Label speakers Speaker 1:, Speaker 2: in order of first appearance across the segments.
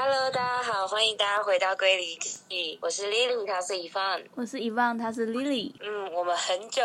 Speaker 1: 好，欢迎大家回到归离记，我是 Lily，他是 Evan。
Speaker 2: 我是 Evan，她是 Lily。
Speaker 1: 嗯，我们很久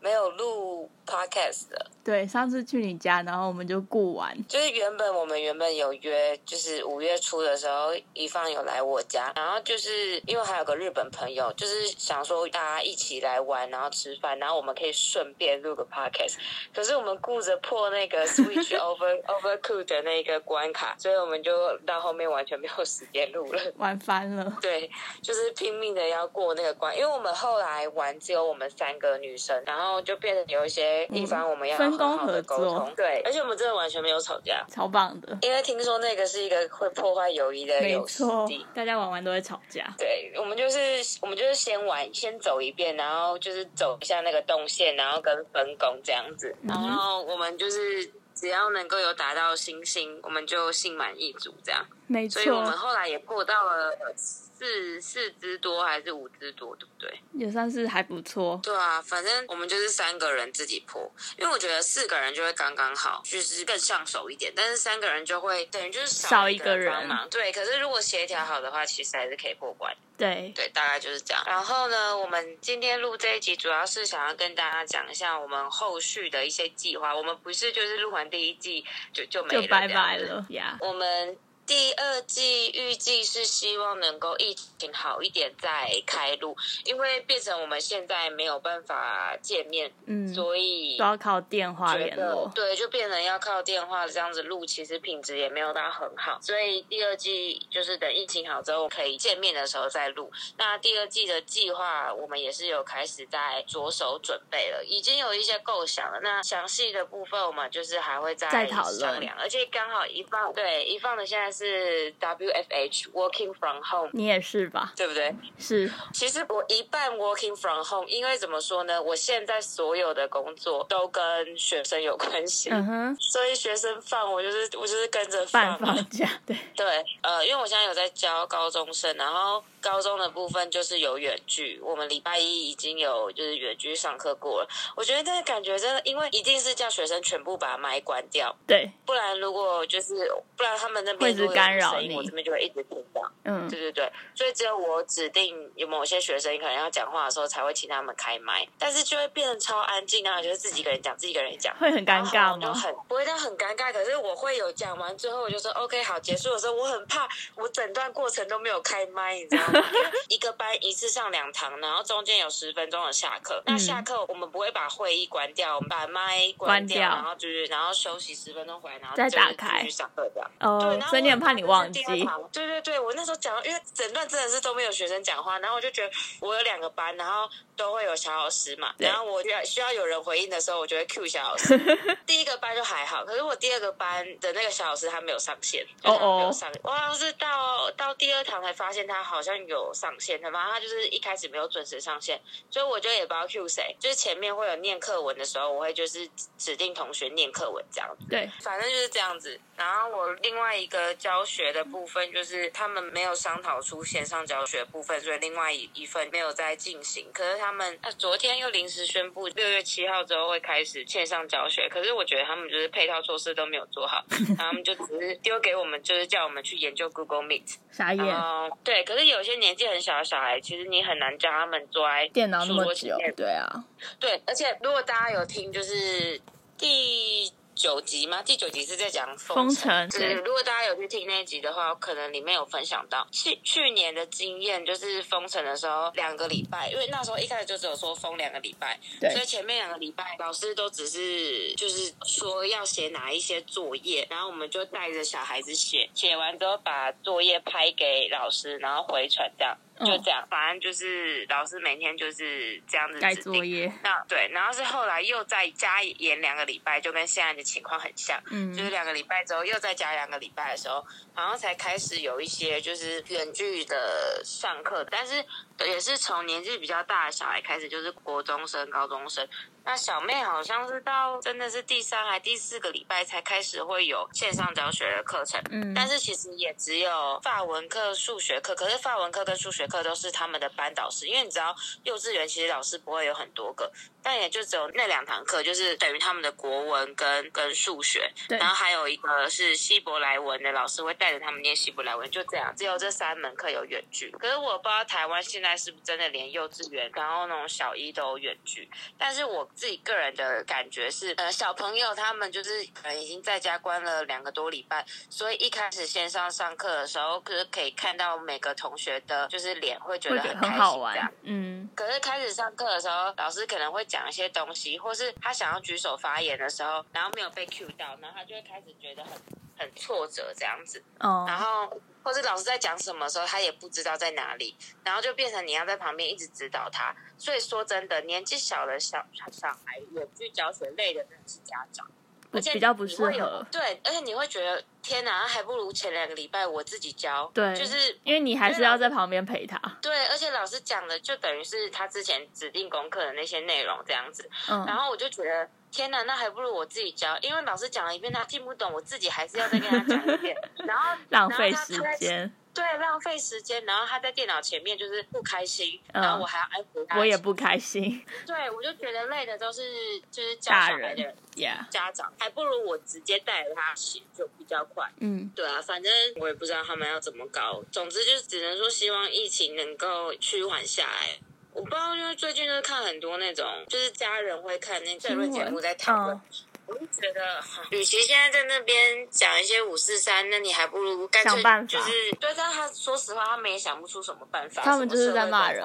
Speaker 1: 没有录 podcast 了，
Speaker 2: 对，上次去你家，然后我们就顾完。
Speaker 1: 就是原本我们原本有约，就是五月初的时候，一放有来我家，然后就是因为还有个日本朋友，就是想说大家一起来玩，然后吃饭，然后我们可以顺便录个 podcast。可是我们顾着破那个 Switch Over Overcook 的那个关卡，所以我们就到后面完全没有时间录了。
Speaker 2: 玩翻了，
Speaker 1: 对，就是拼命的要过那个关，因为我们后来玩只有我们三个女生，然后就变得有一些地方我们要
Speaker 2: 嗯分
Speaker 1: 好
Speaker 2: 工
Speaker 1: 好的
Speaker 2: 合
Speaker 1: 沟
Speaker 2: 作
Speaker 1: 通，对，而且我们真的完全没有吵架，
Speaker 2: 超棒的，
Speaker 1: 因为听说那个是一个会破坏友谊的
Speaker 2: 没
Speaker 1: 游戏。
Speaker 2: 错，大家玩完都会吵架。
Speaker 1: 对，我们就是我们就是先玩，先走一遍，然后就是走一下那个动线，然后跟分工这样子，
Speaker 2: 嗯
Speaker 1: 然后我们就是只要能够有达到星星，我们就心满意足这样。
Speaker 2: 没
Speaker 1: 所以我们
Speaker 2: 错，
Speaker 1: 后来也过到了四四只多还是五只多，对不对？
Speaker 2: 也算是还不错。
Speaker 1: 对啊，反正我们就是三个人自己破，因为我觉得四个人就会刚刚好，就是更上手一点，但是三个人就会等于就是
Speaker 2: 少一
Speaker 1: 一
Speaker 2: 个
Speaker 1: 人帮
Speaker 2: 人
Speaker 1: 忙。对，可是如果协调好的话，其实还是可以破关。
Speaker 2: 对，
Speaker 1: 对，大概就是这样。然后呢，我们今天录这一集，主要是想要跟大家讲一下我们后续的一些计划。我们不是就是录完第一季就就没
Speaker 2: 就
Speaker 1: 了，
Speaker 2: 拜拜。了呀。
Speaker 1: 我们第二季预计是希望能够疫情好一点再开录，因为变成我们现在没有办法见面，
Speaker 2: 嗯，都
Speaker 1: 所以
Speaker 2: 要靠电话
Speaker 1: 觉
Speaker 2: 联
Speaker 1: 得
Speaker 2: 络。
Speaker 1: 对，就变成要靠电话这样子录，其实品质也没有到很好。所以第二季就是等疫情好之后可以见面的时候再录。那第二季的计划我们也是有开始在着手准备了，已经有一些构想了。那详细的部分我们就是还会再
Speaker 2: 再讨论
Speaker 1: 商量。而且刚好一放对一放的现在是 WFH Working from Home，
Speaker 2: 你也是吧？
Speaker 1: 对不对？
Speaker 2: 是，
Speaker 1: 其实我一半 working from home，因为怎么说呢，我现在所有的工作都跟学生有关系，
Speaker 2: 嗯哼，
Speaker 1: 所以学生放我就是我就是跟着
Speaker 2: 半
Speaker 1: 放。
Speaker 2: 放假，对，
Speaker 1: 对，呃，因为我现在有在教高中生，然后高中的部分就是有远距，我们礼拜一已经有就是远距上课过了。我觉得那个感觉真的，因为一定是叫学生全部把麦关掉，
Speaker 2: 对，
Speaker 1: 不然如果就是不然他们那
Speaker 2: 会
Speaker 1: 边
Speaker 2: 一直
Speaker 1: 如果有
Speaker 2: 干扰
Speaker 1: 声音
Speaker 2: 你
Speaker 1: 我这边就会一直听到。
Speaker 2: 嗯，
Speaker 1: 对对对，所以只有我指定有某些学生可能要讲话的时候才会请他们开麦，但是就会变得超安静，然后就是自己一个人讲，自己一个人讲。
Speaker 2: 会很尴尬
Speaker 1: 然后我就
Speaker 2: 吗？
Speaker 1: 很不会到很尴尬，可是我会有讲完最后，我就说 OK 好，结束的时候我很怕，我整段过程都没有开麦，你知道吗？因 为一个班一次上两堂，然后中间有十分钟的下课。那下课我们不会把会议关掉，我们把麦关
Speaker 2: 嗯关掉
Speaker 1: 然后就是然后休息十分钟回来，然后
Speaker 2: 再
Speaker 1: 就是
Speaker 2: 打开
Speaker 1: 继续上课这样。对，
Speaker 2: 哦
Speaker 1: 然，后
Speaker 2: 所以你很怕你忘记
Speaker 1: 我。那时候第二堂。对对对，我那时候讲到，因为整段真的是都没有学生讲话，然后我就觉得我有两个班，然后都会有小老师嘛，
Speaker 2: 对
Speaker 1: 然后我需要需要有人回应的时候，我就会 Q 小老 师。第一个班就还好，可是我第二个班的那个小老师他没有上线，就
Speaker 2: 哦
Speaker 1: 是
Speaker 2: 哦
Speaker 1: 他没有上，我好像是到到第二堂才发现他好像有上线，他妈他就是一开始没有准时上线，所以我就也不知道 Q 谁，就是前面会有念课文的时候，我会就是指定同学念课文这样
Speaker 2: 对，
Speaker 1: 反正就是这样子。然后我另外一个教学的部分，就是他们没有商讨出线上教学部分，所以另外一一份没有在进行。可是他们、啊、昨天又临时宣布六月七号之后会开始线上教学，可是我觉得他们就是配套措施都没有做 好，然后他们就只是丢给我们，就是叫我们去研究 Google Meet。
Speaker 2: 傻眼，
Speaker 1: 哦，对，可是有些年纪很小的小孩，其实你很难叫他们坐在
Speaker 2: 电脑那
Speaker 1: 书
Speaker 2: 么
Speaker 1: 桌前
Speaker 2: 久
Speaker 1: 面，
Speaker 2: 对啊，
Speaker 1: 对，而且如果大家有听，就是第九集吗？第九集是在讲
Speaker 2: 封
Speaker 1: 封城。
Speaker 2: 城，
Speaker 1: 就是
Speaker 2: 对，
Speaker 1: 如果大家有去听那一集的话，可能里面有分享到去去年的经验，就是封城的时候两个礼拜，因为那时候一开始就只有说封两个礼拜，
Speaker 2: 对
Speaker 1: 所以前面两个礼拜老师都只是就是说要写哪一些作业，然后我们就带着小孩子写，写完之后把作业拍给老师，然后回传这样，
Speaker 2: 嗯
Speaker 1: 就这样，反正就是老师每天就是这样子
Speaker 2: 该
Speaker 1: 指定
Speaker 2: 作业，
Speaker 1: 那对，然后是后来又再加延两个礼拜，就跟现在的情况很像，
Speaker 2: 嗯
Speaker 1: 就是两个礼拜之后又再加两个礼拜的时候，然后才开始有一些就是远距的上课，但是也是从年纪比较大的小孩开始，就是国中生、高中生，那小妹好像是到真的是第三还第四个礼拜才开始会有线上教学的课程，
Speaker 2: 嗯
Speaker 1: 但是其实也只有法文课、数学课，可是法文课跟数学课都是他们的班导师，因为你知道幼稚园其实老师不会有很多个，但也就只有那两堂课，就是等于他们的国文跟跟数学，
Speaker 2: 对
Speaker 1: 然后还有一个是希伯来文的老师会带着他们念希伯来文，就这样，只有这三门课有远距。可是我不知道台湾现在是不是真的连幼稚园，然后那种小一都有远距。但是我自己个人的感觉是，呃，小朋友他们就是可能已经在家关了两个多礼拜，所以一开始线上上课的时候，就是可以看到每个同学的就是脸，会觉
Speaker 2: 会
Speaker 1: 得
Speaker 2: 觉得
Speaker 1: 很
Speaker 2: 很
Speaker 1: 开心
Speaker 2: 好
Speaker 1: 这样
Speaker 2: 玩。。嗯，
Speaker 1: 可是开始上课的时候，老师可能会讲一些东西，或是他想要举手发言的时候，然后没有被 cue 到，然后他就会开始觉得很很挫折这样子。
Speaker 2: 哦，
Speaker 1: 嗯然后或者老师在讲什么的时候，他也不知道在哪里，然后就变成你要在旁边一直指导他。所以说真的，年纪小的小小孩远距教学累的真的是家长，
Speaker 2: 不
Speaker 1: 而且
Speaker 2: 比较不适
Speaker 1: 你会有
Speaker 2: 合，
Speaker 1: 对，而且你会觉得天哪，还不如前两个礼拜我自己教，
Speaker 2: 对
Speaker 1: 就是
Speaker 2: 因为你还是要在旁边陪他。
Speaker 1: 对，而且老师讲的就等于是他之前指定功课的那些内容这样子，然
Speaker 2: 嗯，
Speaker 1: 后我就觉得天哪，那还不如我自己教，因为老师讲了一遍他听不懂，我自己还是要再跟他讲一 遍，然后
Speaker 2: 浪费时间，
Speaker 1: 对，浪费时间，然后他在电脑前面就是不开心，
Speaker 2: 嗯
Speaker 1: 然后我还要安抚他。
Speaker 2: 我也不 开心。
Speaker 1: 对，我就觉得累的都是就是教
Speaker 2: 大
Speaker 1: 小孩的
Speaker 2: 人，Yeah，
Speaker 1: 家长，还不如我直接带着他写就比较快。
Speaker 2: 嗯，
Speaker 1: 对啊，反正我也不知道他们要怎么搞。总之就只能说，希望疫情能够趋缓下来。我不知道，因为最近就是看很多那种，就是家人会看那个论节目在讨论
Speaker 2: 嗯，
Speaker 1: 我就觉得，与其现在在那边讲一些五四三，那你还不如干脆
Speaker 2: 想办法
Speaker 1: 就是对，但他说实话，他们也想不出什么办法。
Speaker 2: 他们就是在骂人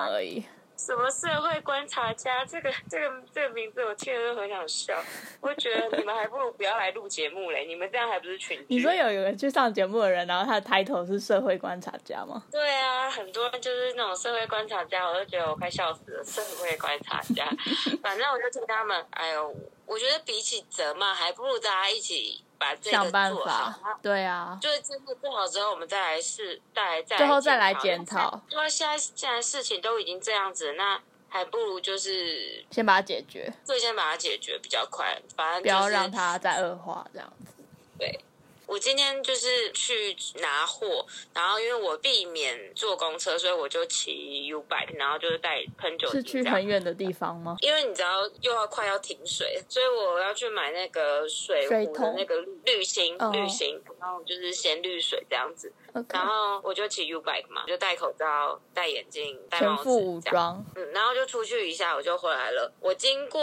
Speaker 1: 什么社会观察
Speaker 2: 而已。
Speaker 1: 什么社会观察家，这个这个这个名字我听了就很想笑。我觉得你们还不如不要来录节目嘞，你们这样还不是群居？
Speaker 2: 你说有有人去上节目的人，然后他的 title 是社会观察家吗？
Speaker 1: 对啊，很多就是那种社会观察家，我都觉得我快笑死了。社会观察 家，反正我就听他们，哎呦，我觉得比起责骂，还不如大家一起把这
Speaker 2: 想
Speaker 1: 个
Speaker 2: 办
Speaker 1: 做好。
Speaker 2: 法，对啊，
Speaker 1: 就是真的做好之后，我们再来试，再来再
Speaker 2: 最后再来检
Speaker 1: 讨。
Speaker 2: 讨，
Speaker 1: 因为现在既然事情都已经这样子，那还不如就是
Speaker 2: 先把它解决，
Speaker 1: 最先把它解决比较快。反正、
Speaker 2: 不
Speaker 1: 就是、
Speaker 2: 要让它再恶化这样子。
Speaker 1: 对，我今天就是去拿货，然后因为我避免坐公车，所以我就骑 U bike，然后就是带喷酒
Speaker 2: 是
Speaker 1: 精
Speaker 2: 去
Speaker 1: 这样
Speaker 2: 很远的地方吗？
Speaker 1: 因为你知道又要快要停水，所以我要去买那个水
Speaker 2: 水
Speaker 1: 壶的
Speaker 2: 桶
Speaker 1: 那个滤芯
Speaker 2: 哦，
Speaker 1: 滤芯，然后就是先滤水这样子。
Speaker 2: OK，
Speaker 1: 然后我就骑 U bike 嘛，就戴口罩、戴眼镜、戴
Speaker 2: 全
Speaker 1: 帽子
Speaker 2: 副武
Speaker 1: 这样。
Speaker 2: 装，
Speaker 1: 嗯，然后就出去一下，我就回来了。我经过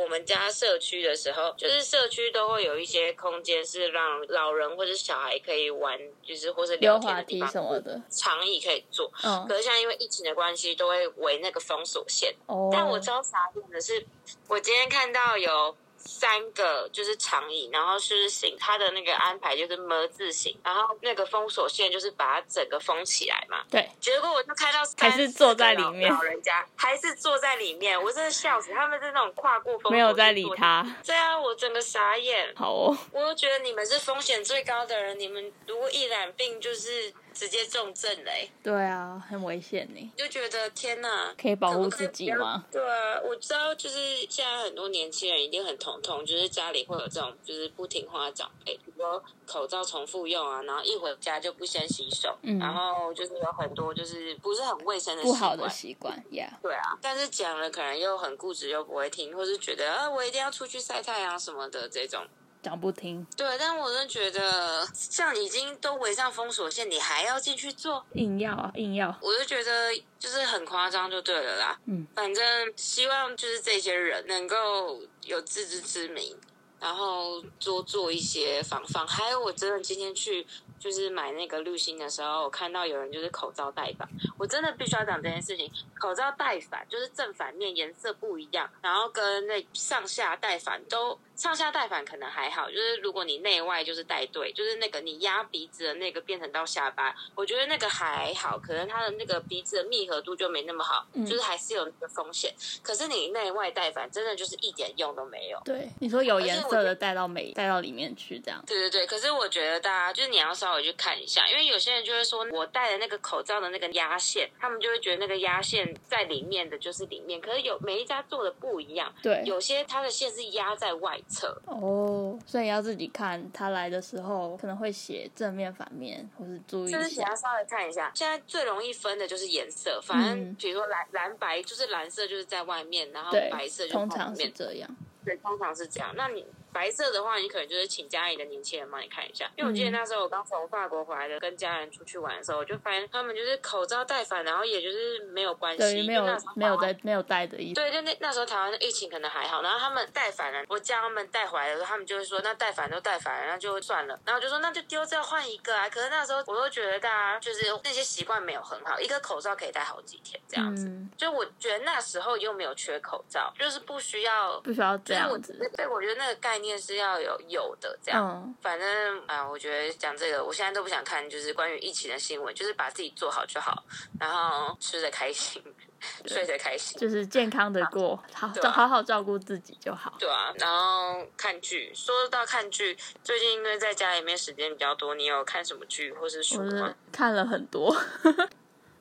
Speaker 1: 我们家社区的时候，就是社区都会有一些空间是让老人或者小孩可以玩，就是或是聊
Speaker 2: 溜
Speaker 1: 天
Speaker 2: 滑
Speaker 1: 的地
Speaker 2: 梯
Speaker 1: 方，
Speaker 2: 什么的，
Speaker 1: 长椅可以坐。
Speaker 2: 嗯
Speaker 1: 可，是现在因为疫情的关系，都会围那个封锁线。
Speaker 2: 哦，
Speaker 1: 但我超傻眼的是，我今天看到有三个就是长椅，然后是形，它的那个安排就是么字形，然后那个封锁线就是把它整个封起来嘛。
Speaker 2: 对，
Speaker 1: 结果我就看到三
Speaker 2: 还是坐在里面
Speaker 1: 四个老老人家还是坐在里面，我真的笑死，他们是那种跨过风，
Speaker 2: 没有在理。他。
Speaker 1: 对啊，我整个傻眼，
Speaker 2: 好哦，
Speaker 1: 我又觉得你们是风险最高的人，你们如果一染病就是直接重症嘞、
Speaker 2: 对啊，很危险呢，
Speaker 1: 就觉得天哪，
Speaker 2: 可以保护自己吗？
Speaker 1: 对啊，我知道，就是现在很多年轻人一定很头痛，就是家里会有这种就是不听话的长辈，比如说口罩重复用啊，然后一回家就不先洗手，
Speaker 2: 嗯
Speaker 1: 然后就是有很多就是不是很卫生的习
Speaker 2: 不
Speaker 1: 惯
Speaker 2: 好的习惯，Yeah，
Speaker 1: 对啊，但是讲了可能又很固执，又不会听，或是觉得啊我一定要出去晒太阳什么的这种。
Speaker 2: 讲不听，
Speaker 1: 对，但我真的觉得，像已经都围上封锁线，你还要进去做，
Speaker 2: 硬要啊，硬要，
Speaker 1: 我就觉得就是很夸张，就对了啦。
Speaker 2: 嗯，
Speaker 1: 反正希望就是这些人能够有自知之明，然后多做一些防范。还有，我真的今天去就是买那个滤芯的时候，我看到有人就是口罩戴反，我真的必须要讲这件事情。口罩戴反就是正反面颜色不一样，然后跟那上下戴反都上下戴反可能还好，就是如果你内外就是戴对，就是那个你压鼻子的那个变成到下巴，我觉得那个还好，可能它的那个鼻子的密合度就没那么好，
Speaker 2: 嗯
Speaker 1: 就是还是有那个风险。可是你内外戴反真的就是一点用都没有。
Speaker 2: 对，你说有
Speaker 1: 而且
Speaker 2: 颜
Speaker 1: 我
Speaker 2: 色
Speaker 1: 觉
Speaker 2: 的带到美，带到里面去这样，
Speaker 1: 对对对，可是我觉得大家就是你要稍稍微去看一下，因为有些人就会说，我戴的那个口罩的那个压线，他们就会觉得那个压线在里面的就是里面，可是有每一家做的不一样，
Speaker 2: 对，
Speaker 1: 有些它的线是压在外侧，
Speaker 2: 哦，所以要自己看，他来的时候可能会写正面、反面，或是注意
Speaker 1: 就是
Speaker 2: 一
Speaker 1: 想
Speaker 2: 下
Speaker 1: 要。稍微看一下。现在最容易分的就是颜色，反正
Speaker 2: 嗯
Speaker 1: 比如说蓝蓝白就是蓝色就是在外面，然后
Speaker 2: 对
Speaker 1: 白色，就是
Speaker 2: 通
Speaker 1: 在里
Speaker 2: 常是
Speaker 1: 面，
Speaker 2: 这样。
Speaker 1: 对，通常是这样。那你白色的话，你可能就是请家里的年轻人帮你看一下，因为我记得
Speaker 2: 嗯
Speaker 1: 那时候我刚从法国回来的，跟家人出去玩的时候，我就发现他们就是口罩戴反，然后也就是没有关
Speaker 2: 对
Speaker 1: 系，
Speaker 2: 于没有
Speaker 1: 就那时候
Speaker 2: 没有在没有带的意思。
Speaker 1: 对，就那那时候台湾的疫情可能还好，然后他们带反了，我叫他们带回来的时候，他们就会说那带反都带反了，那就算了。然后我就说那就丢掉换一个啊。可是那时候我又觉得大家就是那些习惯没有很好，一个口罩可以戴好几天这样子。
Speaker 2: 嗯，
Speaker 1: 就我觉得那时候又没有缺口罩，就是不需要。
Speaker 2: 不需要
Speaker 1: 就是
Speaker 2: 这样
Speaker 1: 我
Speaker 2: 子。
Speaker 1: 对，我觉得那个概念是要有有的这样。
Speaker 2: 嗯，
Speaker 1: 反正啊、我觉得讲这个，我现在都不想看，就是关于疫情的新闻，就是把自己做好就好，然后吃的开心，睡得开心，
Speaker 2: 就是健康的过，好
Speaker 1: 对啊
Speaker 2: 好好照顾自己就好。
Speaker 1: 对啊，然后看剧。说到看剧，最近因为在家里面时间比较多，你有看什么剧或是书
Speaker 2: 我是
Speaker 1: 吗？
Speaker 2: 看了很多，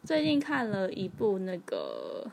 Speaker 2: 最近看了一部那个，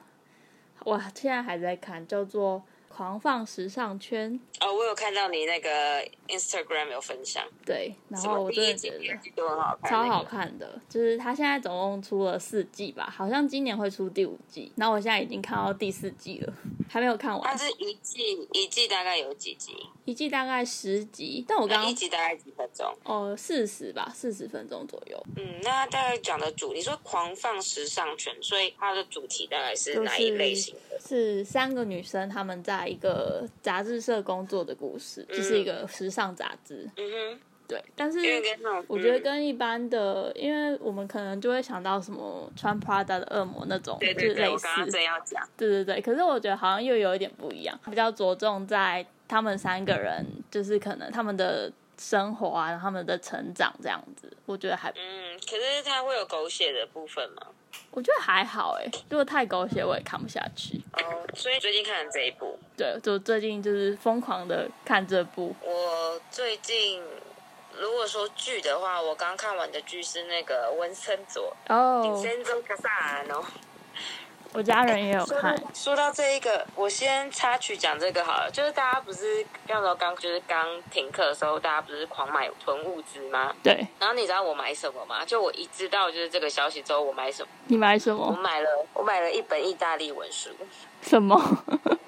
Speaker 2: 我现在还在看，叫做《狂放时尚圈》。
Speaker 1: 哦，我有看到你那个 Instagram 有分享，
Speaker 2: 对，然
Speaker 1: 什
Speaker 2: 后
Speaker 1: 么
Speaker 2: 哦我
Speaker 1: 第
Speaker 2: 真
Speaker 1: 一
Speaker 2: 的
Speaker 1: 集、啊
Speaker 2: 觉
Speaker 1: 第
Speaker 2: 得
Speaker 1: 二集都很好看，
Speaker 2: 超好看的，就是它现在总共出了四季吧，好像今年会出第五季，然后我现在已经看到第四季了，还没有看
Speaker 1: 那个。它
Speaker 2: 完，
Speaker 1: 是一季，一季大概有几集？
Speaker 2: 一季大概十集，但我刚
Speaker 1: 那一
Speaker 2: 刚
Speaker 1: 集大概几分钟？
Speaker 2: 哦四十吧，四十分钟左右，
Speaker 1: 嗯，那大概讲的主，你说狂放时尚圈，所以它的主题大概是
Speaker 2: 就是
Speaker 1: 哪一类型的？
Speaker 2: 是三个女生她们在一个杂志社工作的故事，就是一个时尚杂志，
Speaker 1: 嗯
Speaker 2: 对，但是
Speaker 1: 哼，因为跟那种
Speaker 2: 我觉得
Speaker 1: 嗯
Speaker 2: 跟一般的，因为我们可能就会想到什么穿 Prada 的恶魔那种，
Speaker 1: 对
Speaker 2: 就
Speaker 1: 对
Speaker 2: 是
Speaker 1: 对，
Speaker 2: 类
Speaker 1: 我
Speaker 2: 似
Speaker 1: 刚刚正要讲，
Speaker 2: 对对对，可是我觉得好像又有一点不一样，比较着重在他们三个人，就是可能他们的生活啊，然后他们的成长这样子，我觉得还，
Speaker 1: 嗯，可是它会有狗血的部分吗？
Speaker 2: 我觉得还好诶。如果太狗血，我也看不下去。
Speaker 1: 哦，所以最近看了这一部，
Speaker 2: 对，就最近就是疯狂的看这部，
Speaker 1: 我最近如果说剧的话，我刚看完的剧是那个温森佐，
Speaker 2: 哦
Speaker 1: 温，森佐卡萨然后
Speaker 2: 我家人也有
Speaker 1: 说
Speaker 2: 看，
Speaker 1: 到说到这一个，我先插曲讲这个好了，就是大家不是那时候刚就是刚停课的时候，大家不是狂买囤物资吗？
Speaker 2: 对
Speaker 1: 然后你知道我买什么吗？就我一知道就是这个消息之后，我买什么？
Speaker 2: 你买什
Speaker 1: 我
Speaker 2: 么
Speaker 1: 买了我买了一本意大利文书。
Speaker 2: 什么？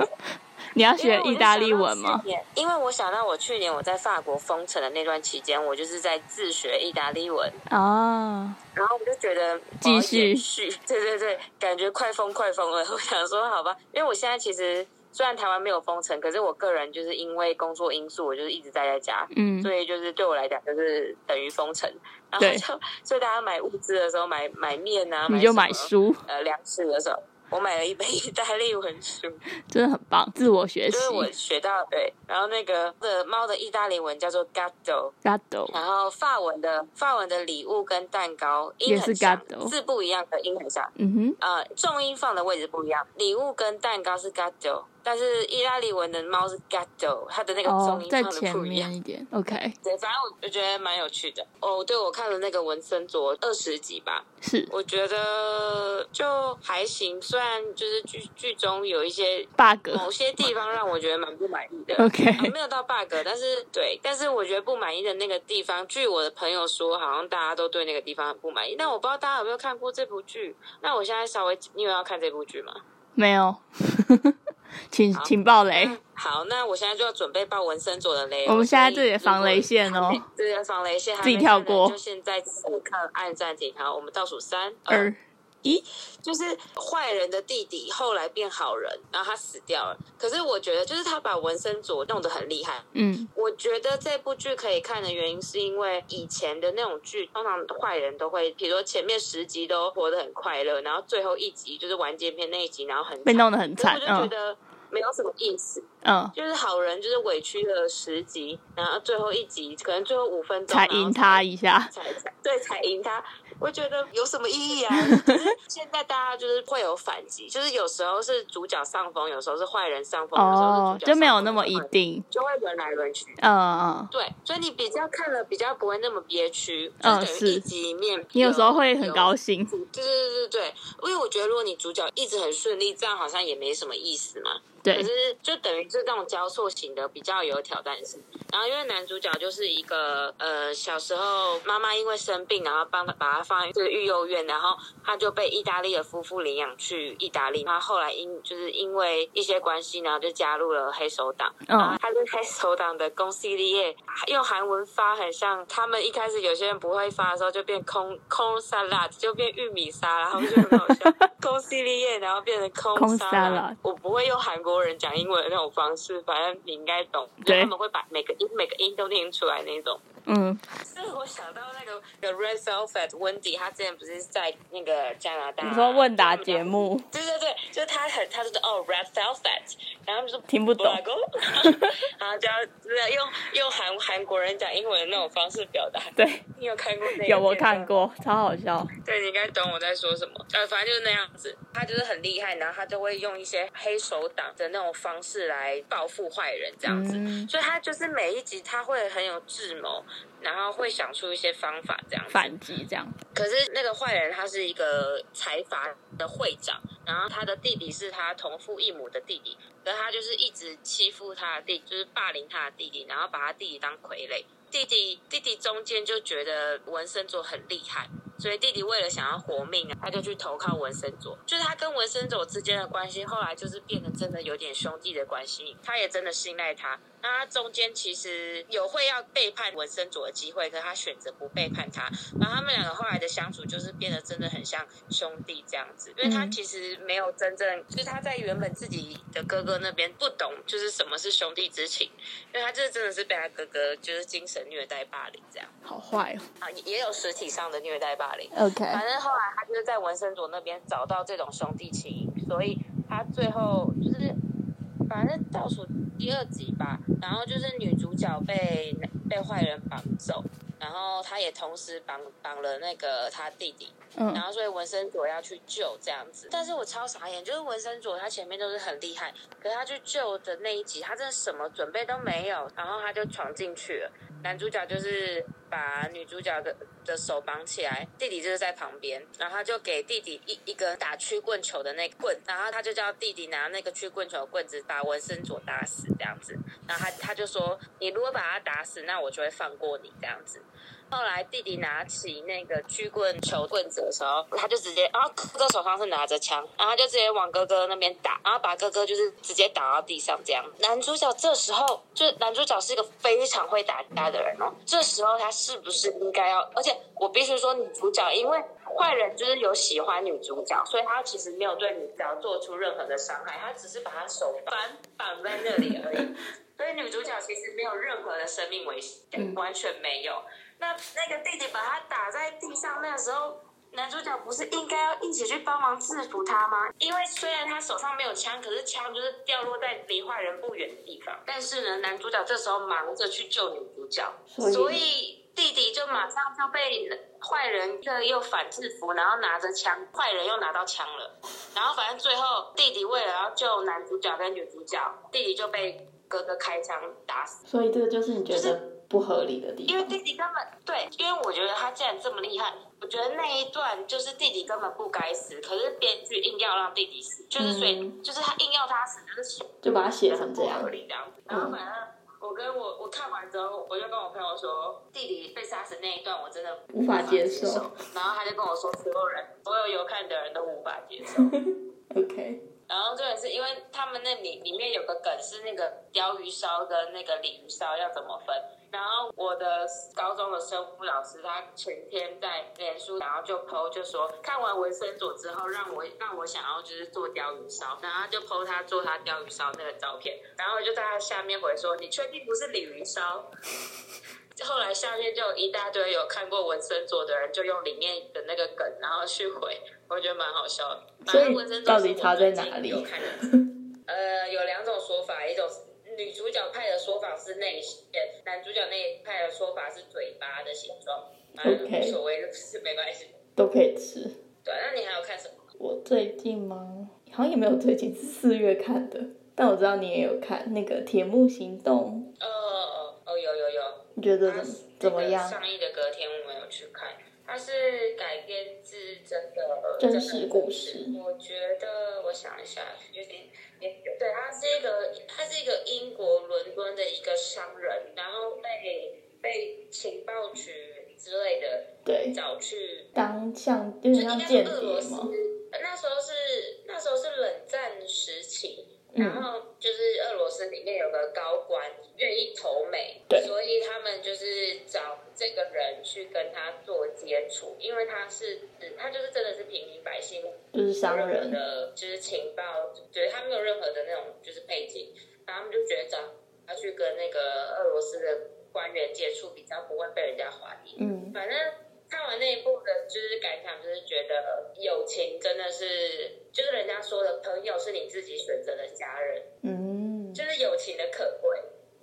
Speaker 2: 你要
Speaker 1: 因为
Speaker 2: 学
Speaker 1: 我就
Speaker 2: 意大利文
Speaker 1: 想到
Speaker 2: 吗
Speaker 1: 去？年？因为我想到我去年我在法国封城的那段期间，我就是在自学意大利文，
Speaker 2: 啊，
Speaker 1: 然后我就觉得
Speaker 2: 继续
Speaker 1: 续， 对对对，感觉快疯快疯了。 我想说好吧，因为我现在其实虽然台湾没有封城，可是我个人就是因为工作因素，我就是一直待在家。
Speaker 2: 嗯，
Speaker 1: 所以就是对我来讲，就是等于封城，然后
Speaker 2: 对
Speaker 1: 就所以大家买物资的时候，买买面啊，
Speaker 2: 你就
Speaker 1: 买
Speaker 2: 买
Speaker 1: 什么
Speaker 2: 书，
Speaker 1: 呃粮食的时候，我买了一本 意大利文书，
Speaker 2: 真的很棒，自我学习
Speaker 1: 就是。我学到对，然后那个的猫的意大利文叫做 gatto，
Speaker 2: Gado，
Speaker 1: 然后法文的法文的礼物跟蛋糕音
Speaker 2: 也是
Speaker 1: 很像
Speaker 2: gatto，
Speaker 1: 字不一样的音很像，
Speaker 2: 嗯哼。
Speaker 1: 呃，重音放的位置不一样，礼物跟蛋糕是 gatto，但是意大利文的猫是 gatto，它的那个重音
Speaker 2: 哦在
Speaker 1: 放的
Speaker 2: 前
Speaker 1: 不一样。
Speaker 2: 面一点，OK，
Speaker 1: 对，反正我就觉得蛮有趣的哦。对，我看了那个文森佐二十集吧，
Speaker 2: 是
Speaker 1: 我觉得就还行，虽然就是剧剧中有一些
Speaker 2: bug，
Speaker 1: 某些地方让我觉得蛮不满意的。 啊
Speaker 2: OK
Speaker 1: 没有到 bug，但是对，但是我觉得不满意的那个地方，据我的朋友说，好像大家都对那个地方很不满意。但我不知道大家有没有看过这部剧。那我现在稍微，你有要看这部剧吗？
Speaker 2: 没有， 请请爆雷，
Speaker 1: 好，那我现在就要准备报文森佐的雷哦。
Speaker 2: 我们现在
Speaker 1: 所
Speaker 2: 这
Speaker 1: 以
Speaker 2: 里防雷线哦
Speaker 1: 如果， 对，这个防雷线还没
Speaker 2: 自己跳过
Speaker 1: 看的就现在此刻按暂停。好，我们倒数三
Speaker 2: 二，
Speaker 1: 就是坏人的弟弟后来变好人，然后他死掉了。可是我觉得，就是他把文森佐弄得很厉害。
Speaker 2: 嗯，
Speaker 1: 我觉得这部剧可以看的原因，是因为以前的那种剧，通常坏人都会，比如说前面十集都活得很快乐，然后最后一集就是完结篇那一集，然后很
Speaker 2: 被
Speaker 1: 惨
Speaker 2: 弄得很
Speaker 1: 可是
Speaker 2: 惨
Speaker 1: 我，就觉
Speaker 2: 嗯
Speaker 1: 得没有什么意思。
Speaker 2: 嗯，
Speaker 1: 就是好人就是委屈了十集，然后最后一集可能最后五分钟
Speaker 2: 才赢他，一下，
Speaker 1: 然后才才对才赢他。我觉得有什么意义 啊？可是现在大家就是会有反击，就是有时候是主角上风，有时候是坏人上风，有时候
Speaker 2: 哦
Speaker 1: 是主角上风，
Speaker 2: 就没有那么一
Speaker 1: 有时候是坏人
Speaker 2: 定，
Speaker 1: 就会轮来轮去。
Speaker 2: 嗯嗯，
Speaker 1: 对，所以你比较看了比较不会那么憋屈，就
Speaker 2: 嗯
Speaker 1: 是等于
Speaker 2: 是
Speaker 1: 一集里面
Speaker 2: 你有时候会很高兴，
Speaker 1: 对对对对对，因为我觉得如果你主角一直很顺利，这样好像也没什么意思嘛。可
Speaker 2: 对，
Speaker 1: 是就等于这种交错型的比较有挑战性。然后因为男主角就是一个呃小时候妈妈因为生病，然后帮把他放这个育幼院，然后他就被意大利的夫妇领养去意大利。他后来因就是因为一些关系，然后就加入了黑手党。
Speaker 2: 嗯
Speaker 1: 然后他是黑手党的公司立业，用韩文发很像他们一开始有些人不会发的时候就变空空沙拉，就变玉米沙，然后就很好 笑。公司立业，然后变成空
Speaker 2: 空
Speaker 1: 沙拉
Speaker 2: 沙拉
Speaker 1: 我不会用韩国人讲英文的那种方式，反正你应该懂。
Speaker 2: 对
Speaker 1: 他们会把每个音每个音都念出来那种。
Speaker 2: 嗯，
Speaker 1: 这个我想到那个 The Red Velvet 温迪，他之前不是在那个加拿大？
Speaker 2: 你说问答节？目，
Speaker 1: 对对对，就是他很，他就说哦 Red Velvet，然后他们就说
Speaker 2: 听不懂
Speaker 1: Blago 然后就要就是用用韩韩国人讲英文的那种方式表达。
Speaker 2: 对，
Speaker 1: 你有看过那个？
Speaker 2: 有我看。过，超好笑，
Speaker 1: 对，你应该懂我在说什么。呃，反正就是那样子，他就是很厉害，然后他就会用一些黑手党的那种方式来报复坏人，这样子。
Speaker 2: 嗯，
Speaker 1: 所以他就是每一集他会很有智谋，然后会想出一些方法这样子。
Speaker 2: 反击这样，
Speaker 1: 可是那个坏人他是一个财阀的会长，然后他的弟弟是他同父异母的弟弟，可是他就是一直欺负他的弟，就是霸凌他的弟弟，然后把他弟弟当傀儡。弟弟弟弟中间就觉得文森佐很厉害，所以弟弟为了想要活命啊，他就去投靠文森佐。就是他跟文森佐之间的关系，后来就是变得真的有点兄弟的关系，他也真的信赖他。那他中间其实有会要背叛文森佐的机会，可他选择不背叛他，然后他们两个后来的相处就是变得真的很像兄弟这样子，因为他
Speaker 2: 嗯
Speaker 1: 其实没有真正，就是他在原本自己的哥哥那边不懂就是什么是兄弟之情，因为他就是真的是被他哥哥就是精神虐待霸凌这样，
Speaker 2: 好坏
Speaker 1: 啊也也有实体上的虐待霸凌。
Speaker 2: 哦，OK，
Speaker 1: 反正后来他就是在文森佐那边找到这种兄弟情谊，所以他最后就是反正倒数第二集吧，然后就是女主角被被坏人绑走，然后她也同时绑绑了那个她弟弟，然
Speaker 2: 嗯
Speaker 1: 后所以文森佐要去救这样子。但是我超傻眼，就是文森佐他前面都是很厉害，可是他去救的那一集，他真的什么准备都没有，然后他就闯进去了。男主角就是把女主角的的手绑起来，弟弟就是在旁边，然后他就给弟弟一一个打曲棍球的那个棍，然后他就叫弟弟拿那个曲棍球的棍子把文森佐打死这样子，然后他他就说你如果把他打死，那我就会放过你这样子。后来弟弟拿起那个曲棍球棍子的时候，他就直接，然后哥哥手上是拿着枪，然后他就直接往哥哥那边打，然后把哥哥就是直接打到地上这样。男主角这时候就男主角是一个非常会打架的人哦，这时候他是不是应该要？而且我必须说，女主角因为坏人就是有喜欢女主角，所以他其实没有对女主角做出任何的伤害，他只是把她手反绑在那里而已。所以女主角其实没有任何的生命危险，
Speaker 2: 嗯
Speaker 1: 完全没有。那那个弟弟把他打在地上，那个时候男主角不是应该要一起去帮忙制服他吗？因为虽然他手上没有枪，可是枪就是掉落在离坏人不远的地方。但是呢，男主角这时候忙着去救女主角，
Speaker 2: 所以
Speaker 1: 所以弟弟就马上就被坏人又又反制服，然后拿着枪，坏人又拿到枪了。然后反正最后弟弟为了要救男主角跟女主角，弟弟就被哥哥开枪打死。
Speaker 3: 所以这个就是你觉
Speaker 1: 就
Speaker 3: 得不合理的地
Speaker 1: 因为
Speaker 3: 方。
Speaker 1: 弟弟根本对，因为我觉得他既然这么厉害，我觉得那一段就是弟弟根本不该死，可是编剧硬要让弟弟死，就是所以、
Speaker 3: 嗯
Speaker 1: 就是他硬要他死，就是
Speaker 3: 就把它写
Speaker 1: 很
Speaker 3: 成这
Speaker 1: 不
Speaker 3: 样嗯
Speaker 1: 合，理这样子。然后反正我跟我我看完之后，我就跟我朋友说，弟弟被杀死那一段我真的
Speaker 3: 无法接受。
Speaker 1: 然后他就跟我说，所有人所有有看的人都无法接受。
Speaker 3: OK，
Speaker 1: 然后重点是因为他们那里里面有个梗是那个鲷鱼烧跟那个鲤鱼烧要怎么分。然后我的高中的生物老师，他前天在脸书，然后就 PO 就说，看完文森佐之后，让我让我想要就是做鲷鱼烧，然后他就 PO 他做他鲷鱼烧那个照片，然后我就在他下面回说，你确定不是鲤鱼烧？后来下面就有一大堆有看过文森佐的人，就用里面的那个梗，然后去回，我觉得蛮好笑的。
Speaker 3: 所以
Speaker 1: 反正文森佐
Speaker 3: 到底差在哪里
Speaker 1: 有看的 呃，有两种说法，一种是女主角派的说法是内线，男主角那一派的说法是嘴巴的形状，反正
Speaker 3: OK
Speaker 1: 无所谓，就是没关系。
Speaker 2: 都可以吃。
Speaker 1: 对，啊那你还有看什么？
Speaker 2: 我最近吗？好像也没有最近，是四月看的。但我知道你也有看那个《铁幕行动
Speaker 1: 哦哦哦，有有有，》，
Speaker 2: 你觉得
Speaker 1: 它
Speaker 2: 怎
Speaker 1: 是
Speaker 2: 怎么
Speaker 1: 那个
Speaker 2: 样？
Speaker 1: 上映的隔天我没有去看，它是改编自真的
Speaker 2: 真实故事
Speaker 1: 我觉得，我想一下，有点，对，他是一个，他是一个英国伦敦的一个商人，然后被被情报局之类的
Speaker 2: 对，
Speaker 1: 找去，
Speaker 2: 当像有点
Speaker 1: 就应
Speaker 2: 像
Speaker 1: 该
Speaker 2: 间
Speaker 1: 是俄
Speaker 2: 谍
Speaker 1: 罗斯
Speaker 2: 吗？，
Speaker 1: 那时候是那时候是冷战时期。
Speaker 2: 嗯
Speaker 1: 然后就是俄罗斯里面有个高官愿意投美，
Speaker 2: 对
Speaker 1: 所以他们就是找这个人去跟他做接触，因为他是他就是真的是平民百姓，
Speaker 2: 就是商
Speaker 1: 没有任何
Speaker 2: 人，
Speaker 1: 的就是情报，对他没有任何的那种就是背景，然后他们就觉得找他去跟那个俄罗斯的官员接触，比较不会被人家怀疑。
Speaker 2: 嗯，
Speaker 1: 反正看完那一部的，就是感想就是觉得友情真的是，就是人家说的朋友是你自己选择的家人。
Speaker 2: 嗯，
Speaker 1: 就是友情的可贵，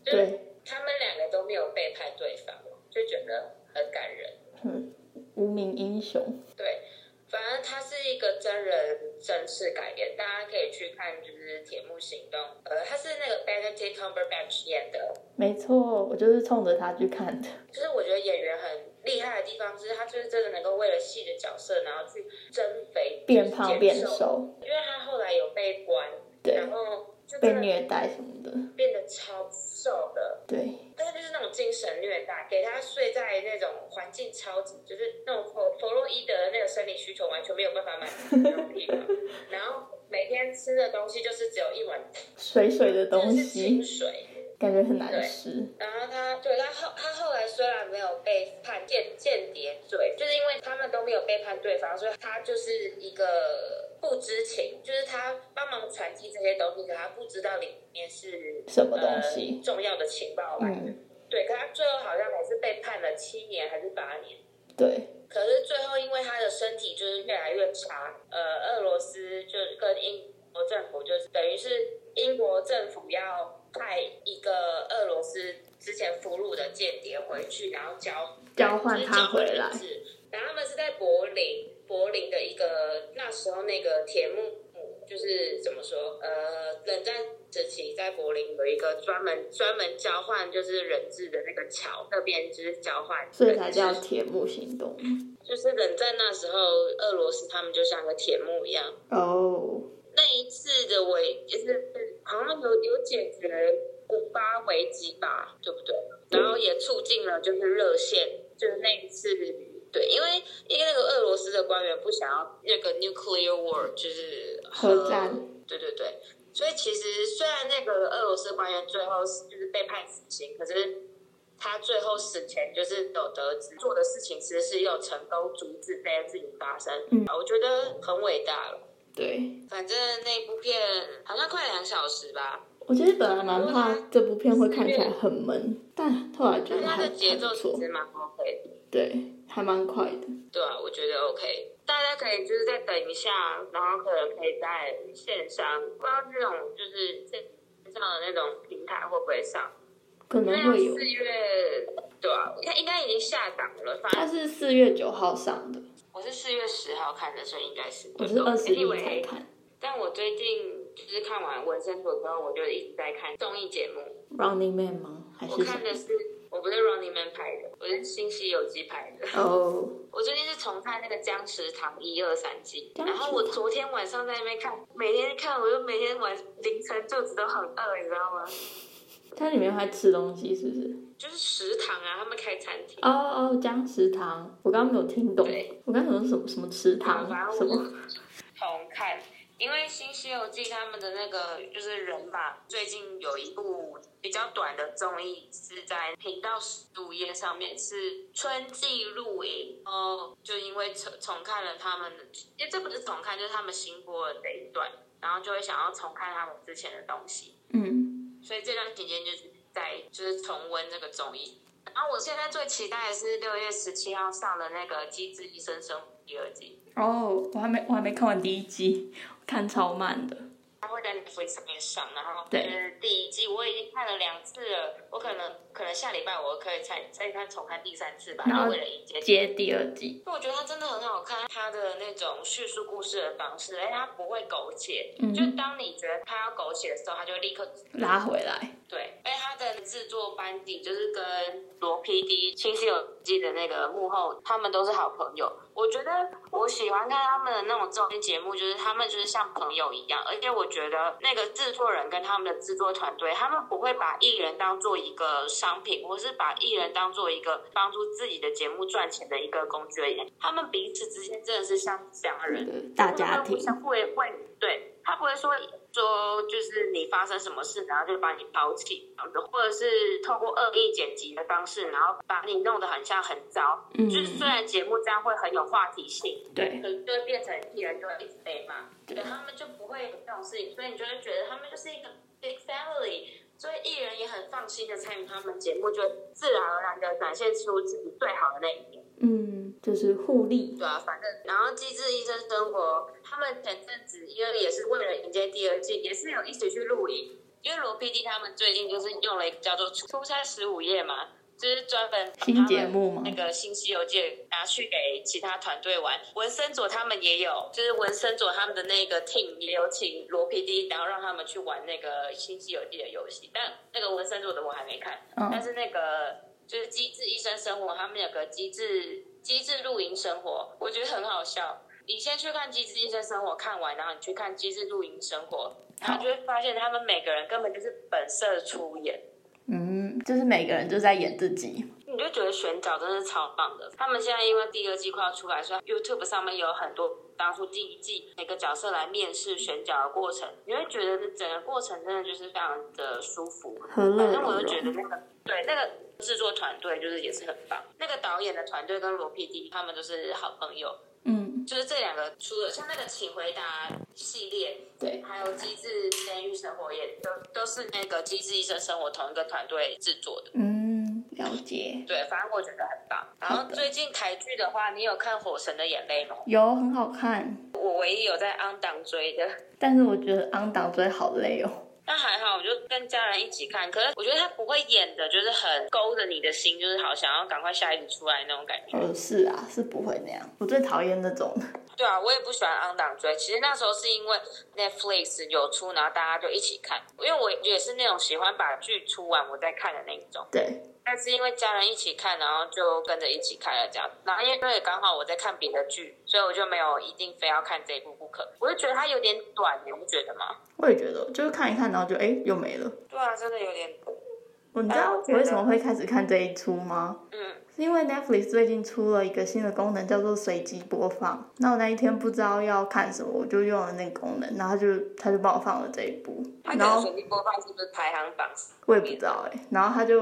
Speaker 1: 就是
Speaker 2: 对，
Speaker 1: 他们两个都没有背叛对方，就觉得很感人。
Speaker 2: 嗯，无名英雄，
Speaker 1: 对，反正它是一个真人真事改编，大家可以去看，就是《铁幕行动》。呃，它是那个 Benedict Cumberbatch 演的，
Speaker 2: 没错，我就是冲着他去看的。
Speaker 1: 就是我觉得演员很厉害的地方是，他就是真的能够为了戏的角色，然后去增肥、
Speaker 2: 变胖变
Speaker 1: 减，
Speaker 2: 瘦，
Speaker 1: 因为他后来有被关，
Speaker 2: 对
Speaker 1: 然，后就
Speaker 2: 被
Speaker 1: 真的
Speaker 2: 虐待什么的，
Speaker 1: 变得超瘦的。
Speaker 2: 对，
Speaker 1: 但是就是那种精神虐待，给他睡在那种环境超级，就是那种弗弗洛伊德的那个生理需求完全没有办法满足的那种 地方，然后每天吃的东西就是只有一碗
Speaker 2: 水水的东
Speaker 1: 就是清
Speaker 2: 西，
Speaker 1: 水。
Speaker 2: 感觉很难吃。
Speaker 1: 然后他对他后他后来虽然没有被判间间谍罪，就是因为他们都没有背叛对方，所以他就是一个不知情，就是他帮忙传递这些东西，可他不知道里面是
Speaker 2: 什么东西
Speaker 1: 呃、重要呃的情报来源
Speaker 2: 嗯，
Speaker 1: 对，可他最后好像还是被判了七年还是八年。
Speaker 2: 对，
Speaker 1: 可是最后因为他的身体就是越来越差，呃，俄罗斯就跟英国政府就是等于是英国政府要派一个俄罗斯之前俘虏的间谍回去，然后交
Speaker 2: 交换他回来
Speaker 1: 就是交换人质然后他们是在柏林，柏林的一个那时候那个铁幕姆就是怎么说？呃，冷战时期在柏林有一个专门专门交换就是人质的那个桥，那边就是交换人质，
Speaker 2: 所以才叫铁幕行动。
Speaker 1: 嗯就是冷战那时候，俄罗斯他们就像个铁幕一样。
Speaker 2: 哦，
Speaker 1: 那一次的危，就是好像有有解决古巴危机吧，对不对？然后也促进了就是热线，就是那一次。对，因为因为那个俄罗斯的官员不想要那个 nuclear war，就是
Speaker 2: 核战
Speaker 1: 呃对对对，所以其实虽然那个俄罗斯官员最后是就是被判死刑，可是他最后死前就是有得知做的事情，其实是有成功阻止这件事情发生。啊
Speaker 2: 嗯
Speaker 1: 我觉得很伟大了。
Speaker 2: 对，
Speaker 1: 反正那部片好像快两小时吧，
Speaker 2: 我其实本来蛮怕这部片会看起来很闷，但后来觉
Speaker 1: 但嗯
Speaker 2: 得
Speaker 1: 它
Speaker 2: 还
Speaker 1: 的节
Speaker 2: 还
Speaker 1: 奏
Speaker 2: 不
Speaker 1: 其
Speaker 2: 错，
Speaker 1: 实蛮 OK 的，
Speaker 2: 对，还蛮快的。
Speaker 1: 对啊，我觉得 OK。大家可以就是再等一下，然后可能可以在线上，不知道这种就是线上的那种平台会不会上？
Speaker 2: 可
Speaker 1: 因
Speaker 2: 能会
Speaker 1: 为
Speaker 2: 有，
Speaker 1: 啊四月，对啊，应该应该已经下档了，反
Speaker 2: 它
Speaker 1: 正
Speaker 2: 是四月九号上的，
Speaker 1: 我是四月十号看的，所以应该是
Speaker 2: 我是二十一才
Speaker 1: Anyway，
Speaker 2: 看，
Speaker 1: 但我最近就是看完《纹身图》之后，我就一直在看综艺节目。
Speaker 2: 《Running Man》吗？还
Speaker 1: 我
Speaker 2: 是什
Speaker 1: 看
Speaker 2: 么？
Speaker 1: 的是，我不是 Running Man 拍的，我是《新西游记》拍的。
Speaker 2: 哦，
Speaker 1: 我最近是重看那个《僵尸堂》一二三季，
Speaker 2: 僵
Speaker 1: 然
Speaker 2: 尸
Speaker 1: 后我昨天晚上在那边看，每天看，我就每天晚凌晨肚子都很饿，你知道吗？
Speaker 2: 它里面还吃东西是不是？
Speaker 1: 就是食堂啊，他们开餐厅。
Speaker 2: 哦哦，僵食堂，我刚刚没有听懂
Speaker 1: 对，
Speaker 2: 我刚刚想说什么什么池塘
Speaker 1: 反正
Speaker 2: 什
Speaker 1: 我
Speaker 2: 么
Speaker 1: 就，重嗯看，因为《新西游记》他们的那个就是人吧，最近有一部比较短的综艺是在频道十五页上面，是春季露营。哦，就因为重重看了他们，因为这不是重看，就是他们新播的这一段，然后就会想要重看他们之前的东西。
Speaker 2: 嗯，
Speaker 1: 所以这段期间就是在就是重温这个综艺。然后我现在最期待的是六月十七号上的那个《机智医生生活》第二季，
Speaker 2: 哦，我还没我还没看完第一集，看超慢的，
Speaker 1: 它会在 n e t Netflix 上面上，然后
Speaker 2: 对
Speaker 1: 就是第一季我已经看了两次了，我可能可能下礼拜我可以再再看重看第三次吧，
Speaker 2: 然后
Speaker 1: 就为了迎接
Speaker 2: 接第二季。
Speaker 1: 因为我觉得它真的很好看，它的那种叙述故事的方式，而且哎它不会苟且。
Speaker 2: 嗯
Speaker 1: 就当你觉得它要苟且的时候，它就立刻
Speaker 2: 拉回来，
Speaker 1: 对。而且它的制作班底就是跟罗 PD、清晰有记的那个幕后，他们都是好朋友。我觉得我喜欢看他们的那种综艺节目，就是他们就是像朋友一样，而且我觉得那个制作人跟他们的制作团队，他们不会把艺人当做一个商品，或是把艺人当做一个帮助自己的节目赚钱的一个工具而已。他们彼此之间真的是像两个人，
Speaker 2: 大
Speaker 1: 他
Speaker 2: 家
Speaker 1: 们不
Speaker 2: 庭，
Speaker 1: 像会会，对他不会说说就是你发生什么事，然后就把你抛弃，或者是透过恶意剪辑的方式，然后把你弄得很像很糟。
Speaker 2: 嗯
Speaker 1: 就是虽然节目这样会很有话题性，
Speaker 2: 对
Speaker 1: 可能就会变成艺人就会一直被骂，
Speaker 2: 对
Speaker 1: 对，他们就不会有这种事情，所以你就会觉得他们就是一个 big family，所以艺人也很放心的参与他们节目，就自然而然的展现出自己最好的那一面。
Speaker 3: 嗯，就是互利，
Speaker 1: 对啊，反正然后《机智医生生活》他们前阵子因为也是为了迎接第二季，也是有一起去露营。因为罗 PD 他们最近就是用了一个叫做“出差十五夜”嘛，就是专门把
Speaker 2: 新
Speaker 1: 他们
Speaker 2: 节目吗
Speaker 1: 那个新西游记拿去给其他团队玩。文森佐他们也有，就是文森佐他们的那个 team 也有请罗 PD，然后让他们去玩那个新西游记的游戏。但那个文森佐的我还没看，但
Speaker 2: 嗯，
Speaker 1: 是那个就是《机智医生生活》，他们有个机智机智露营生活，我觉得很好笑。你先去看《机智医生生活》，看完，然后你去看《机智露营生活》，然后就会发现他们每个人根本就是本色出演。
Speaker 2: 嗯，就是每个人就在演自己，
Speaker 1: 你就觉得选角真的超棒的。他们现在因为第二季快要出来，所以 YouTube 上面有很多当初第一季每个角色来面试选角的过程，你会觉得整个过程真的就是非常的舒服。
Speaker 3: 和乐
Speaker 1: 反正我
Speaker 3: 融
Speaker 1: 就觉
Speaker 3: 融。
Speaker 1: 得那个对那个制作团队就是也是很棒，那个导演的团队跟罗 PD 他们都是好朋友，
Speaker 2: 嗯，
Speaker 1: 就是这两个除了像那个《请回答》系列，
Speaker 3: 对，
Speaker 1: 还有《机智监狱生活》也都都是那个《机智医生生活》同一个团队制作的。
Speaker 2: 嗯，了解，
Speaker 1: 对，反正我觉得很棒。然
Speaker 2: 好
Speaker 1: 后
Speaker 2: 的
Speaker 1: 最近台剧的话，你有看《火神的眼泪》吗？
Speaker 2: 有很好看，
Speaker 1: 我唯一有在 on 档追的，
Speaker 2: 但是我觉得昂档追好累哦，
Speaker 1: 但还好，我就跟家人一起看。可是我觉得他不会演的，就是很勾着你的心，就是好想要赶快下一集出来那种感觉。
Speaker 2: 呃，是啊，是不会那样，我最讨厌那种的，
Speaker 1: 对啊，我也不喜欢 on 档追。其实那时候是因为 Netflix 有出，然后大家就一起看。因为我也是那种喜欢把剧出完我再看的那一种。
Speaker 2: 对，
Speaker 1: 但是因为家人一起看，然后就跟着一起看了这样。然后因为刚好我在看别的剧，所以我就没有一定非要看这一部不可。我就觉得它有点短，你不觉得吗？
Speaker 2: 我也觉得，就是看一看，然后就哎、又没了。
Speaker 1: 对啊，真的有点短。
Speaker 2: 我你知道
Speaker 1: 哎我觉得
Speaker 2: 我为什么会开始看这一出吗？
Speaker 1: 嗯，
Speaker 2: 是因为 Netflix 最近出了一个新的功能，叫做随机播放。那我那一天不知道要看什么，我就用了那个功能，然后它就他就帮我放了这一部，
Speaker 1: 它可
Speaker 2: 然
Speaker 1: 能
Speaker 2: 后
Speaker 1: 随机播放是不是排行榜？
Speaker 2: 我也不知道哎、然后他就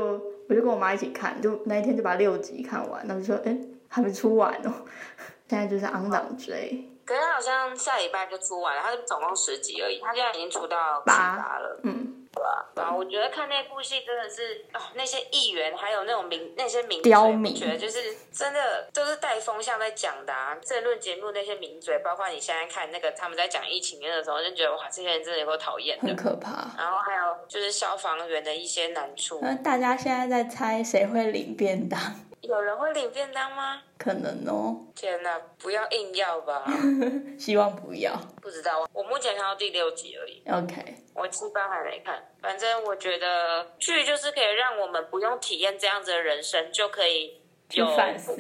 Speaker 2: 我就跟我妈一起看，就那一天就把六集看完，然后就说哎、还没出完哦， 现在就是昂档追，
Speaker 1: 可是它好像下礼拜就出完了，它总共十集而已，它现在已经出到七
Speaker 2: 八
Speaker 1: 八了。
Speaker 2: 嗯，
Speaker 1: 对啊，我觉得看那部戏真的是哦，那些议员还有那种名那些名
Speaker 2: 刁
Speaker 1: 嘴
Speaker 2: 民
Speaker 1: 你觉得就是真的都是带风向在讲的啊。政论节目那些名嘴，包括你现在看那个他们在讲疫情的时候，就觉得哇，这些人真的有够讨厌
Speaker 2: 很
Speaker 1: 的。
Speaker 2: 可怕。
Speaker 1: 然后还有就是消防员的一些难处，
Speaker 2: 那大家现在在猜谁会领便当？
Speaker 1: 有人会领便当吗？
Speaker 2: 可能哦，
Speaker 1: 天哪，不要硬要 吧！
Speaker 2: 希望不要。
Speaker 1: 不知道，我目前看到第六集而已。
Speaker 2: OK，
Speaker 1: 我七八还没看，反正我觉得剧就是可以让我们不用体验这样子的人生，就可以
Speaker 2: 去
Speaker 1: 有
Speaker 2: 反思，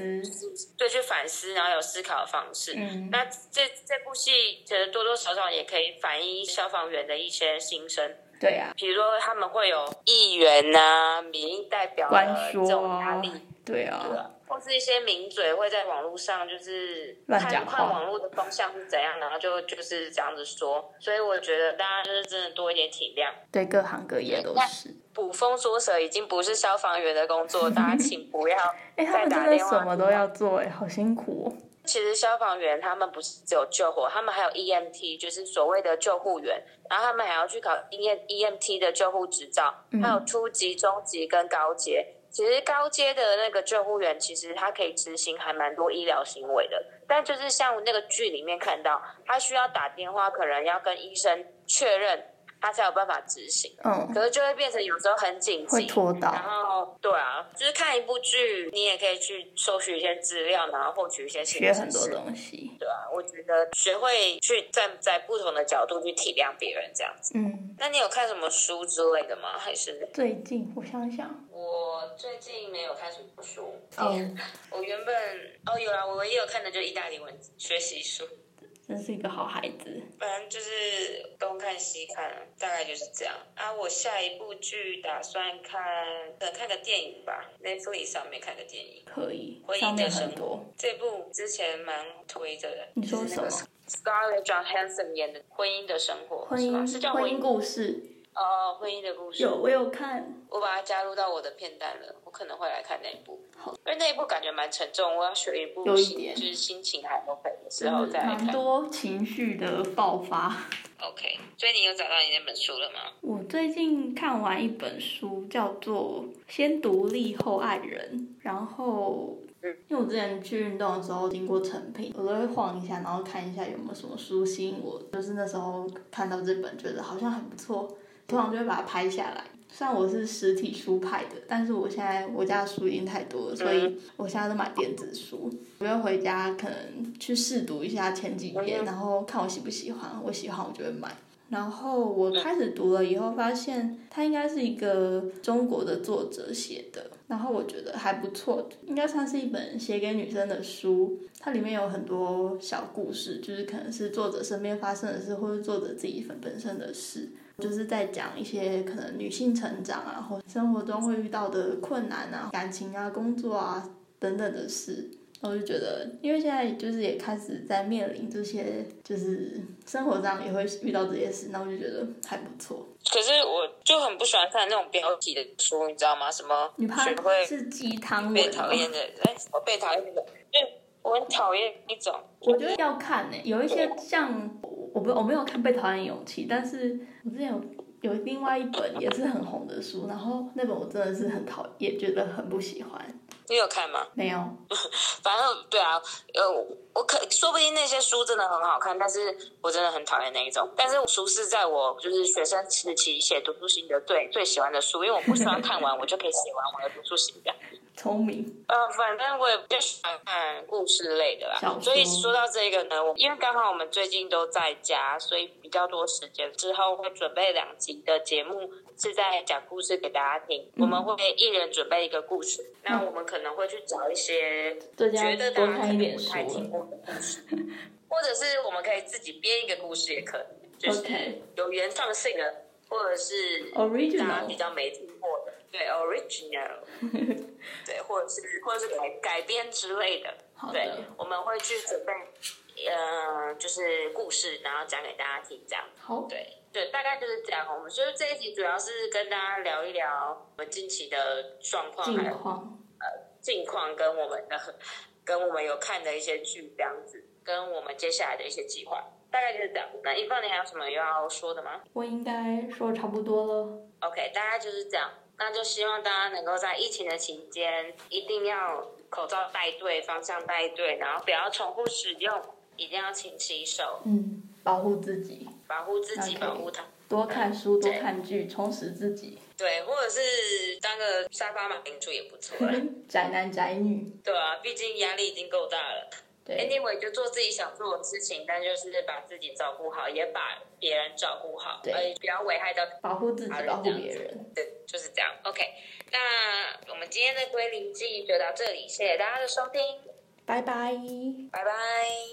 Speaker 1: 对去反思，然后有思考的方式。
Speaker 2: 嗯
Speaker 1: 那这这部戏其实多多少少也可以反映消防员的一些心声，
Speaker 2: 对啊呀、
Speaker 1: 比如说他们会有议员呐、民意代表
Speaker 2: 官
Speaker 1: 的这
Speaker 2: 说啊
Speaker 1: 种压力。
Speaker 2: 对啊，
Speaker 1: 或是一些名嘴会在网络上就是
Speaker 2: 乱
Speaker 1: 看
Speaker 2: 讲
Speaker 1: 看
Speaker 2: 话
Speaker 1: 网络的风向是怎样，然后就就是这样子说。所以我觉得大家就是真的多一点体谅。
Speaker 2: 对各行各业都是。
Speaker 1: 捕风捉蛇已经不是消防员的工作，大家请不要
Speaker 2: 哎、他
Speaker 1: 再
Speaker 2: 们真
Speaker 1: 打
Speaker 2: 的
Speaker 1: 电话。
Speaker 2: 什么都要做、哎，好辛苦哦。
Speaker 1: 其实消防员他们不是只有救火，他们还有 EMT，就是所谓的救护员，然后他们还要去考 E EMT 的救护执照，
Speaker 2: 嗯
Speaker 1: 还有初级、中级跟高阶。其实高阶的那个救护员，其实他可以执行还蛮多医疗行为的，但就是像那个剧里面看到，他需要打电话，可能要跟医生确认他才有办法执行。
Speaker 2: 嗯，
Speaker 1: 可是就会变成有时候很紧
Speaker 2: 会
Speaker 1: 急，
Speaker 2: 拖
Speaker 1: 然
Speaker 2: 到
Speaker 1: 后对啊，就是看一部剧，你也可以去搜取一些资料，然后获取一些新
Speaker 2: 学
Speaker 1: 的
Speaker 2: 很
Speaker 1: 知
Speaker 2: 多
Speaker 1: 识。
Speaker 2: 东西。
Speaker 1: 对啊，我觉得学会去站在不同的角度去体谅别人这样子。
Speaker 2: 嗯，
Speaker 1: 那你有看什么书之类的吗？还是
Speaker 2: 最近我想想，
Speaker 1: 我最近没有看什么书。
Speaker 2: 哦，
Speaker 1: 我原本哦有啦，我也有看的，就意大利文学习书。
Speaker 2: 真是一个好孩子。
Speaker 1: 反正就是东看西看，大概就是这样。啊，我下一部剧打算看，可能看个电影吧，Netflix 上面看个电影。
Speaker 2: 可以
Speaker 1: 回忆的
Speaker 2: 上面
Speaker 1: 生
Speaker 2: 很多。
Speaker 1: 这部之前蛮推着的，
Speaker 2: 你说什么
Speaker 1: ？Scarlett Johansson 演的《婚姻的生活》
Speaker 2: 婚
Speaker 1: 是吗
Speaker 2: 姻
Speaker 1: 是叫
Speaker 2: 婚
Speaker 1: 姻
Speaker 2: 姻故事
Speaker 1: 哦，婚姻的故事。
Speaker 2: 有我有看，
Speaker 1: 我把它加入到我的片单了，我可能会来看那一部，因为那一部感觉蛮沉重，我要选一部
Speaker 2: 有一
Speaker 1: 心
Speaker 2: 点嗯
Speaker 1: 就是心情还 OK 的时
Speaker 2: 真
Speaker 1: 候
Speaker 2: 的
Speaker 1: 再来
Speaker 2: 蛮
Speaker 1: 看。
Speaker 2: 多情绪的爆发。
Speaker 1: OK，所以你有找到你那本书了吗？
Speaker 2: 我最近看完一本书，叫做《先独立后爱人》，然后
Speaker 1: 嗯
Speaker 2: 因为我之前去运动的时候经过成品，我都会晃一下，然后看一下有没有什么书吸引我。就是那时候看到这本，觉得好像很不错，通常就会把它拍下来。虽然我是实体书派的，但是我现在我家的书已经太多了，所以我现在都买电子书。我要回家可能去试读一下前几篇，然后看我喜不喜欢，我喜欢我就会买。然后我开始读了以后，发现它应该是一个中国的作者写的，然后我觉得还不错，应该算是一本写给女生的书。它里面有很多小故事，就是可能是作者身边发生的事，或者作者自己本本身的事，就是在讲一些可能女性成长啊，或生活中会遇到的困难啊、感情啊、工作啊等等的事。我就觉得，因为现在就是也开始在面临这些，就是生活上也会遇到这些事，那我就觉得还不错。
Speaker 1: 可是我就很不喜欢看那种标题的书，你知道吗？什么
Speaker 2: 你怕
Speaker 1: 学会
Speaker 2: 是鸡汤
Speaker 1: 被
Speaker 2: 文吗
Speaker 1: 讨厌的，哎，我被讨厌的，就我很讨厌一种，
Speaker 2: 我觉得要看呢、有一些像我我不我没有看《被讨厌的勇气》，但是我之前有有另外一本也是很红的书，然后那本我真的是很讨厌，觉得很不喜欢。
Speaker 1: 你有看吗？
Speaker 2: 没有，
Speaker 1: 反正对啊，呃，我可说不定那些书真的很好看，但是我真的很讨厌那一种。但是书是在我就是学生时期写读书心得最最喜欢的书，因为我不需要看完，我就可以写完我的读书心得。
Speaker 2: 聪明，
Speaker 1: 呃，反正我也比较喜欢看故事类的啦
Speaker 2: 小。说
Speaker 1: 所以说到这个呢，我嗯因为刚好我们最近都在家，所以比较多时间。之后会准备两集的节目，是在讲故事给大家听。我们会一人准备一个故事，那我们可能会去找一些
Speaker 2: 最近
Speaker 1: 觉
Speaker 2: 要
Speaker 1: 得大
Speaker 2: 多
Speaker 1: 家可
Speaker 2: 看一
Speaker 1: 能
Speaker 2: 点
Speaker 1: 不
Speaker 2: 书
Speaker 1: 太听
Speaker 2: 了。
Speaker 1: 过的故事，或者是我们可以自己编一个故事也可以，就是
Speaker 2: OK
Speaker 1: 有原创性的，或者是大家比
Speaker 2: Original，
Speaker 1: 较没听过的，对 original，对，或者是或者是改改编之类的，
Speaker 2: 好
Speaker 1: 对
Speaker 2: 的，
Speaker 1: 我们会去准备，呃，就是故事，然后讲给大家听，这样，
Speaker 2: 好，
Speaker 1: 对。对，大概就是这样。我们就是这一集主要是跟大家聊一聊我们近期的状况，
Speaker 2: 近
Speaker 1: 还有
Speaker 2: 况
Speaker 1: 近况跟我们的跟我们有看的一些剧这样子，跟我们接下来的一些计划，大概就是这样。那一方你还有什么要说的吗
Speaker 2: 我应该说的差不多了。
Speaker 1: ？OK，大概就是这样。那就希望大家能够在疫情的期间，一定要口罩戴对，方向戴对，然后不要重复使用，一定要勤洗手，
Speaker 2: 嗯，保护自己，
Speaker 1: 保护自己
Speaker 2: OK
Speaker 1: 保护他。
Speaker 2: 多看书，多
Speaker 1: 对
Speaker 2: 看剧，充实自己。
Speaker 1: 对，或者是当个沙发马铃薯也不错啦。
Speaker 2: 宅男宅女，
Speaker 1: 对啊，毕竟压力已经够大了。
Speaker 2: 对，
Speaker 1: Anyway，就做自己想做的事情，但就是把自己照顾好，也把别人照顾好，
Speaker 2: 对
Speaker 1: 呃，不要危害到，
Speaker 2: 保护自己，
Speaker 1: 好
Speaker 2: 保护
Speaker 1: 这样
Speaker 2: 别
Speaker 1: 子
Speaker 2: 人。
Speaker 1: 对，就是这样。OK，那我们今天的归零记就到这里，谢谢大家的收听，
Speaker 2: 拜拜。
Speaker 1: 拜拜。